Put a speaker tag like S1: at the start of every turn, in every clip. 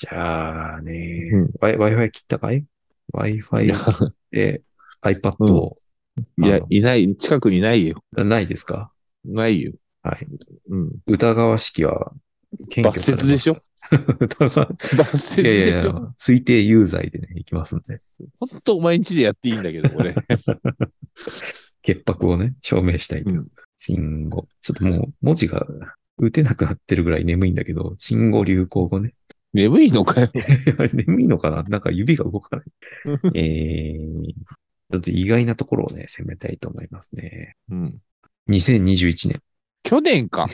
S1: じゃあね、
S2: うん
S1: Wi- Wi-Fi 切ったかい ?Wi-Fi を切って、iPad を、
S2: いや
S1: あ、
S2: いない、近くにないよ。
S1: ないですか
S2: ないよ。
S1: はい。
S2: うん。
S1: 疑わしきは、検挙
S2: 罰
S1: されま
S2: 節でしょ
S1: 疑わ
S2: 罰
S1: い
S2: 節
S1: やいや
S2: で
S1: い
S2: し
S1: や
S2: ょ、
S1: 推定有罪でね、いきますんで。
S2: ほんとお前んちでやっていいんだけど、これ。
S1: 潔白をね、証明したいと。
S2: うん
S1: 新語。ちょっともう、文字が打てなくなってるぐらい眠いんだけど、新語流行語ね。
S2: 眠いのかよ。
S1: あれ眠いのかななんか指が動かない。 えー、ちょっと意外なところをね、攻めたいと思いますね。
S2: うん。
S1: 2021年。
S2: 去年か。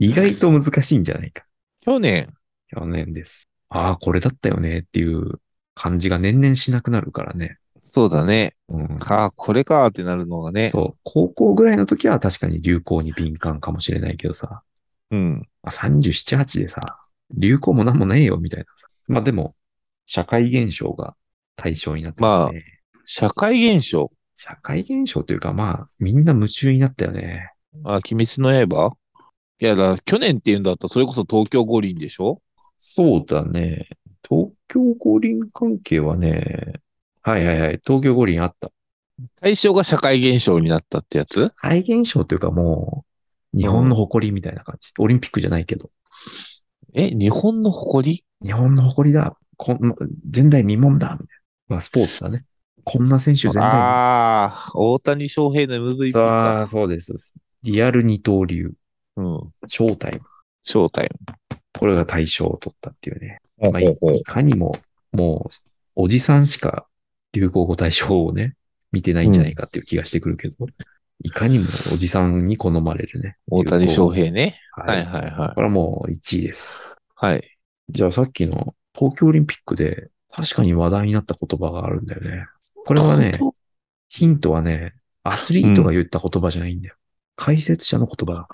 S1: 意外と難しいんじゃないか。
S2: 去年。
S1: 去年です。ああ、これだったよねっていう感じが年々しなくなるからね。
S2: そうだね。
S1: うん。
S2: ああ、これかーってなるのがね。
S1: そう。高校ぐらいの時は確かに流行に敏感かもしれないけどさ。
S2: うん。
S1: まあ、37、8でさ、流行もなんもねえよ、みたいなさ。まあでも、社会現象が対象になってますね。
S2: 社会現象。
S1: 社会現象というか、まあ、みんな夢中になったよね。
S2: あ、鬼滅の刃いやだ、去年って言うんだったら、それこそ東京五輪でしょ
S1: そうだね。東京五輪関係はね、はいはいはい、東京五輪あった。
S2: 対象が社会現象になったってやつ
S1: 社会現象というかもう、日本の誇りみたいな感じ。オリンピックじゃないけど、
S2: え、日本の誇り
S1: 日本の誇りだ。こん前代未聞だ。みたいな。まあ、スポーツだね。こんな選手全代
S2: ああ、大谷翔平の MVP
S1: 未聞。さ
S2: か。
S1: あ、そうですそうです。リアル二刀流。
S2: うん。
S1: ショータイム。
S2: ショータイ
S1: これが大賞を取ったっていうね。
S2: ム。
S1: まあ、いいかにも、もう、おじさんしか流行語大賞をね、見てないんじゃないかっていう気がしてくるけど、いかにもおじさんに好まれるね。
S2: 大谷翔平ね。
S1: 流行語。は。
S2: はいいはいは
S1: これはもう1位です。
S2: い。はい。
S1: じゃあさっきの東京オリンピックで確かに話題になった言葉があるんだよね。これはね、ヒントはね、アスリートが言った言葉じゃないんだよ。解説者の言葉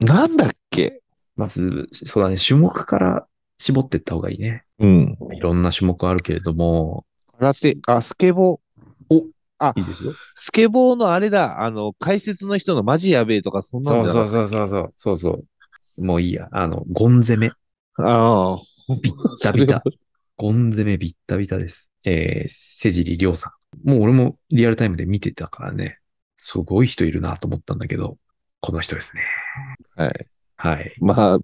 S1: なんだよ。
S2: なんだっけ
S1: まず、そうだね、種目から絞っていった方がいいね。
S2: うん。
S1: いろんな種目あるけれども、
S2: 空手、あ、スケボー。
S1: いいですよ。
S2: スケボーのあれだ、あの、解説の人のマジやべえとか、そんな
S1: そ
S2: ん
S1: う
S2: じゃ
S1: そ
S2: な
S1: う
S2: い
S1: そうそうそう。そうそう。もういいや。あの、ゴン攻め。
S2: ああ。
S1: ビッタビタ。ゴン攻めビッタビタです。えー、瀬尻亮さん。もう俺もリアルタイムで見てたからね、すごい人いるなと思ったんだけど、この人ですね。
S2: はい。
S1: はい。
S2: まあ、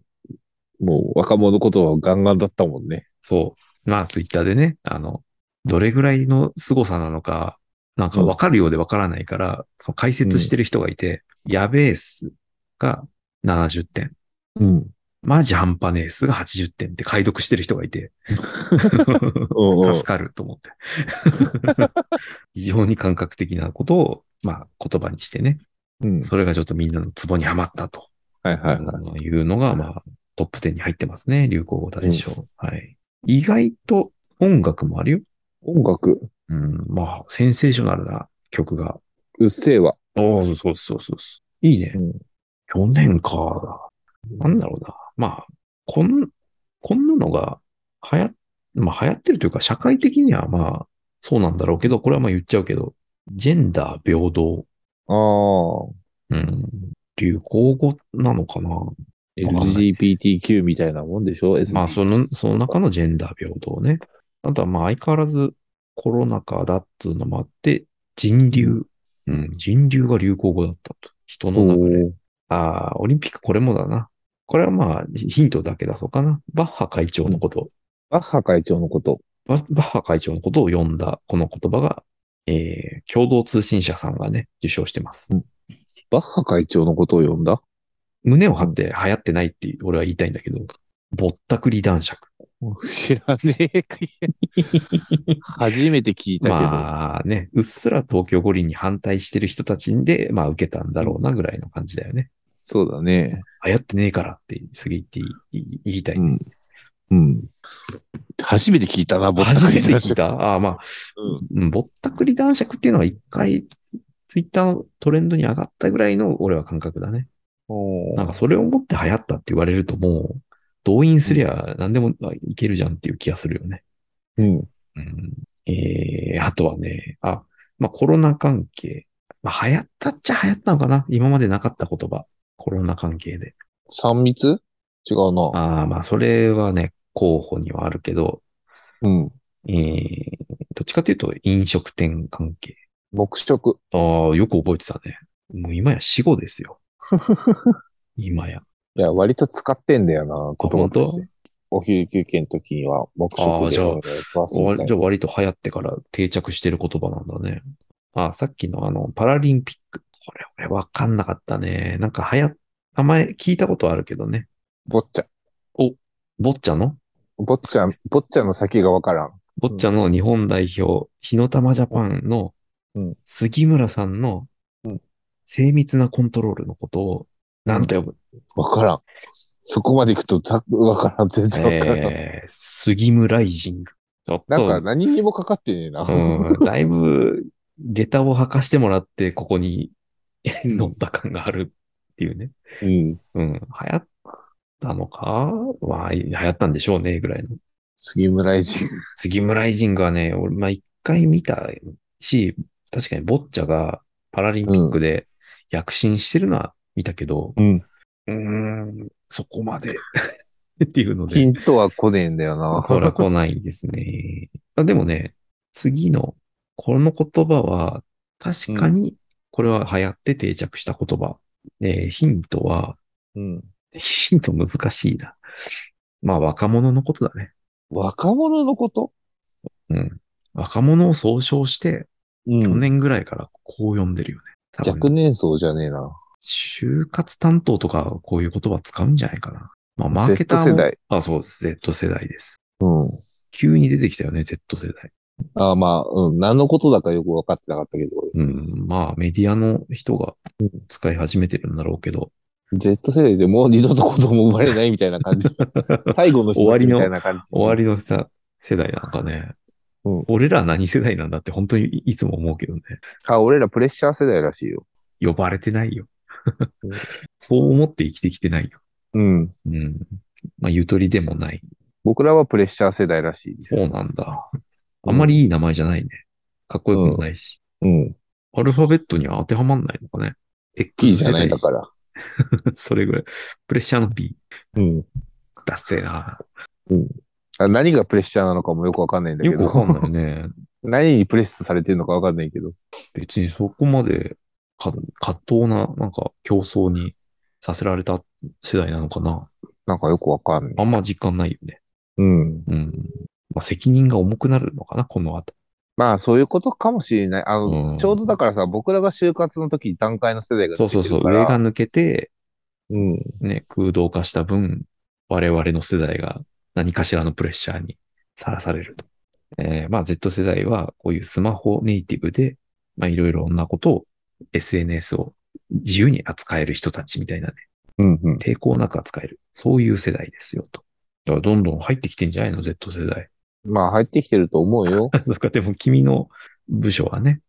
S2: もう若者言葉はガンガンだったもんね。
S1: そう。まあ、ツイッターでね、あの、どれぐらいの凄さなのか、なんかわかるようでわからないから、その解説してる人がいて、やべえっすが70点。
S2: うん。
S1: マジ半端ねえすが80点って解読してる人がいて、
S2: うんうん
S1: 助かると思って。 非常に感覚的なことを、まあ、言葉にしてね、
S2: うん。
S1: それがちょっとみんなのツボにはまったと
S2: はいはいはい。
S1: いうのが、まあ、トップ10に入ってますね、流行語大賞。はい。意外と音楽もあるよ。
S2: 音楽、
S1: うん、まあ、センセーショナルな曲が。
S2: うっせぇわ。
S1: おおそうそうそうそう。いいね。
S2: うん
S1: 去年か。なんだろうな。まあ、こん、こんなのが流行、まあ流行ってるというか、社会的にはまあ、そうなんだろうけど、これはまあ言っちゃうけど、ジェンダー平等。
S2: ああ。
S1: うん。流行語なのかな。かんない
S2: LGBTQ みたいなもんでしょ
S1: まあ、その、その中のジェンダー平等ね。あとはまあ、相変わらずコロナ禍だっつうのもあって、人流。うん、人流が流行語だったと。人の流れ。
S2: の
S1: ああ、オリンピックこれもだな。これはまあ、ヒヒントだけ出そうかな。バッハ会長のこと、
S2: バッハ会長のこと。
S1: ババッハ会長のことを読んだこの言葉が、えー、共同通信社さんがね、受賞してます。
S2: バッハ会長のことを呼んだ
S1: 胸を張って流行ってないって俺は言いたいんだけど、ぼったくり男爵。
S2: 知らねえ。初めて聞いたけど。
S1: まあね、うっすら東京五輪に反対してる人たちで、まあ受けたんだろうなぐらいの感じだよね。
S2: そうだね。
S1: 流行ってねえからって、すぎって言い言いたい。
S2: うん。うん。初めて聞いたな、僕
S1: 初めて聞い た。ああ、まあ、うんぼったくり男爵っていうのは一回、ツイッターのトレンドに上がったぐらいの俺は感覚だね。なんかそれを持って流行ったって言われるともう、動員すりゃ何でもいけるじゃんっていう気がするよね。
S2: うん。
S1: うん。えー、あとはね、あ、まあコロナ関係。まあ流行ったっちゃ流行ったのかな今までなかった言葉。コロナ関係で。
S2: 三密違うな。
S1: ああ、まあそれはね、候補にはあるけど、
S2: うん。
S1: えー、どっちかというと飲食店関係。
S2: 黙食。
S1: ああ、よく覚えてたね。もう今や死後です よ。今や。
S2: いや、割と使ってんだよな、言葉とし
S1: あ
S2: て。お昼休憩の時には黙
S1: あ
S2: 食
S1: じ
S2: で
S1: ゃあ
S2: お願いしますみたいな。
S1: じゃあ割と流行ってから定着してる言葉なんだね。あ、さっきのあの、パラリンピック。これ俺わかんなかったね。なんか流行っ、名前聞いたことあるけどね。
S2: ぼっちゃ。
S1: ボッチャの
S2: ぼっちゃ、ぼっちゃの先がわからん。
S1: ボッチャの日本代表、日の玉ジャパンの
S2: うん
S1: 杉村さんの
S2: うん
S1: 精密なコントロールのことを何と呼ぶ、
S2: わからん。そこまで行くとざ、わからん。全然わからん。
S1: えー、杉村ライジング。ちょっ
S2: なんか
S1: と、
S2: 何にもかかってねえな。
S1: うん、だいぶ、下駄を履かしてもらって、ここに 乗った感があるっていうね。
S2: うん。
S1: うん、流行ったのかまあ、流行ったんでしょうね、ぐらいの。
S2: 杉村愛人。
S1: 杉村ライジングはね、俺、まあ一回見たし、確かにボッチャがパラリンピックで躍進してるのは見たけど、
S2: うん。
S1: うーん、そこまで っていうの
S2: ヒ
S1: で、
S2: ントは来ねえんだよな。
S1: ほら来ないんですね。あでもね、次の、この言葉は、確かに、これは流行って定着した言葉。でヒントは、
S2: うん。
S1: ヒント難しいな。まあ若者のことだね。
S2: 若者のこと
S1: うん。若者を総称して、
S2: う
S1: 去。年ぐらいからこう読んでるよね。多分
S2: 若年層じゃねえな。
S1: 就活担当とかこういう言葉使うんじゃないかな。まあ、マーケターも。
S2: Z 世代。
S1: あ、そうです。Z 世代です。
S2: うん。
S1: 急に出てきたよね、Z 世代。
S2: あまあ、うん。何のことだかよく分かってなかったけど、俺
S1: うん。まあ、メディアの人が使い始めてるんだろうけど。
S2: Z 世代でもう二度と子供生まれないみたいな感 じ。最後の人たちみたいな感じ。
S1: 終わりのさ、世代なんかね。
S2: うん
S1: 俺ら何世代なんだって本当にいつも思うけどね。
S2: あ、俺らプレッシャー世代らしいよ。
S1: 呼ばれてないよ
S2: うん。
S1: そう思って生きてきてないよ。
S2: うん。
S1: うん。まあ、ゆとりでもない。
S2: 僕らはプレッシャー世代らしいです。
S1: そうなんだ。あんまりいい名前じゃないね。かっこよくもないし。
S2: うん。
S1: アルファベットには当てはまんないのかね。
S2: キー
S1: X
S2: じゃないだ
S1: 世
S2: から。
S1: 代 それぐらい。プレッシャーの B。
S2: うん。
S1: だっせーな。
S2: あ何がプレッシャーなのかもよくわかんないんだけ
S1: よく
S2: ど。
S1: わかんないね。
S2: 何にプレスされてるのかわかんないけど。
S1: 別にそこまでか葛藤な、なんか競争にさせられた世代なのかな。
S2: なんかよくわかんない。
S1: あんま実感ないよね。
S2: うん。
S1: うん。まあ、責任が重くなるのかな、この後。
S2: まあ、そういうことかもしれない。あの、
S1: うん
S2: ちょうどだからさ、僕らが就活の時に段階の世代が出
S1: そ
S2: て
S1: う
S2: くるか
S1: そ
S2: ら。
S1: うそう。上が抜けて、
S2: うん。
S1: ね、空洞化した分、我々の世代が何かしらのプレッシャーにさらされると。えーまあ Z 世代はこういうスマホネイティブで、まあいろいろなことを SNS を自由に扱える人たちみたいなね、
S2: うんうん。
S1: 抵抗なく扱える。そういう世代ですよと。だからどんどん入ってきてんじゃないの ?Z 世代。
S2: まあ、入ってきてると思うよ。
S1: そっか、でも君の部署はね、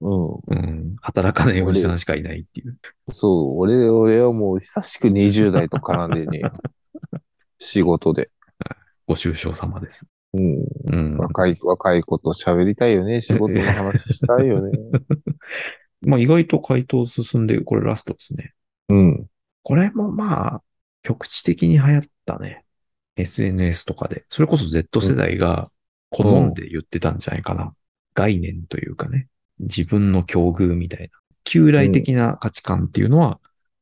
S2: う
S1: うん、働かないおじさんしかいないっていう。
S2: ん。そう。俺、俺はもう久しく20代と絡んでね。 仕事で。
S1: ご愁傷様です。
S2: うん。
S1: うん。
S2: 若い、若い子と喋りたいよね。仕事の話したい よね。
S1: まあ意外と回答進んで、これラストですね。
S2: うん。
S1: これもまあ、局地的に流行ったね。SNS とかで。それこそ Z 世代が好んで言ってたんじゃないかな。概念というかね。自分の境遇みたいな。旧来的な価値観っていうのは、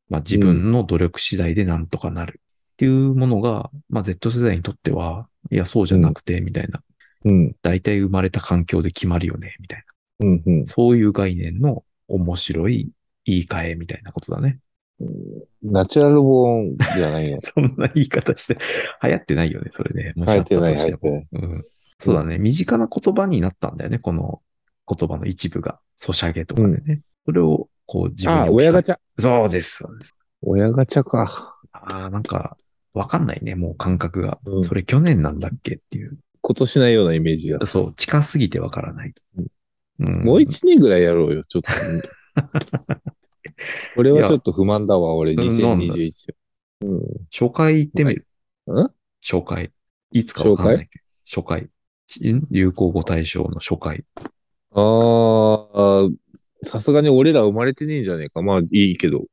S1: まあ自分の努力次第でなんとかなるっていうものが、まあ Z 世代にとっては、いや、そうじゃなくて、みたいな。
S2: うん。
S1: 大体生まれた環境で決まるよね、みたい
S2: うん。うん
S1: な。。そういう概念の面白い言い換えみたいなことだね。
S2: ナチュラルボーンじゃ ないよ。
S1: そんな言い方して、流行ってないよね、それね。もしあったとしても
S2: 流行っ
S1: うん。そうだね。身近な言葉になったんだよね、この言葉の一部が。ソシャゲとかでね。それを、こう、自分に
S2: あ、
S1: 置き換え
S2: 親ガチャ。
S1: そうです。そうです
S2: 親ガチャか。
S1: ああ、なんか、わかんないね、もう感覚が。
S2: うん
S1: それ去年なんだっけっていう。
S2: 今年ないようなイメージが。
S1: そう、近すぎてわからない。うん
S2: もう一年ぐらいやろうよ、ちょっ と。これはちょっと不満だわ、俺、
S1: なんだ
S2: 2021。
S1: 初回行ってみる。
S2: ん
S1: 初回。いつかわかんないけど。初回。流行語大賞の初回。
S2: あーあー、さすがに俺ら生まれてねえんじゃねえか。まあいいけど。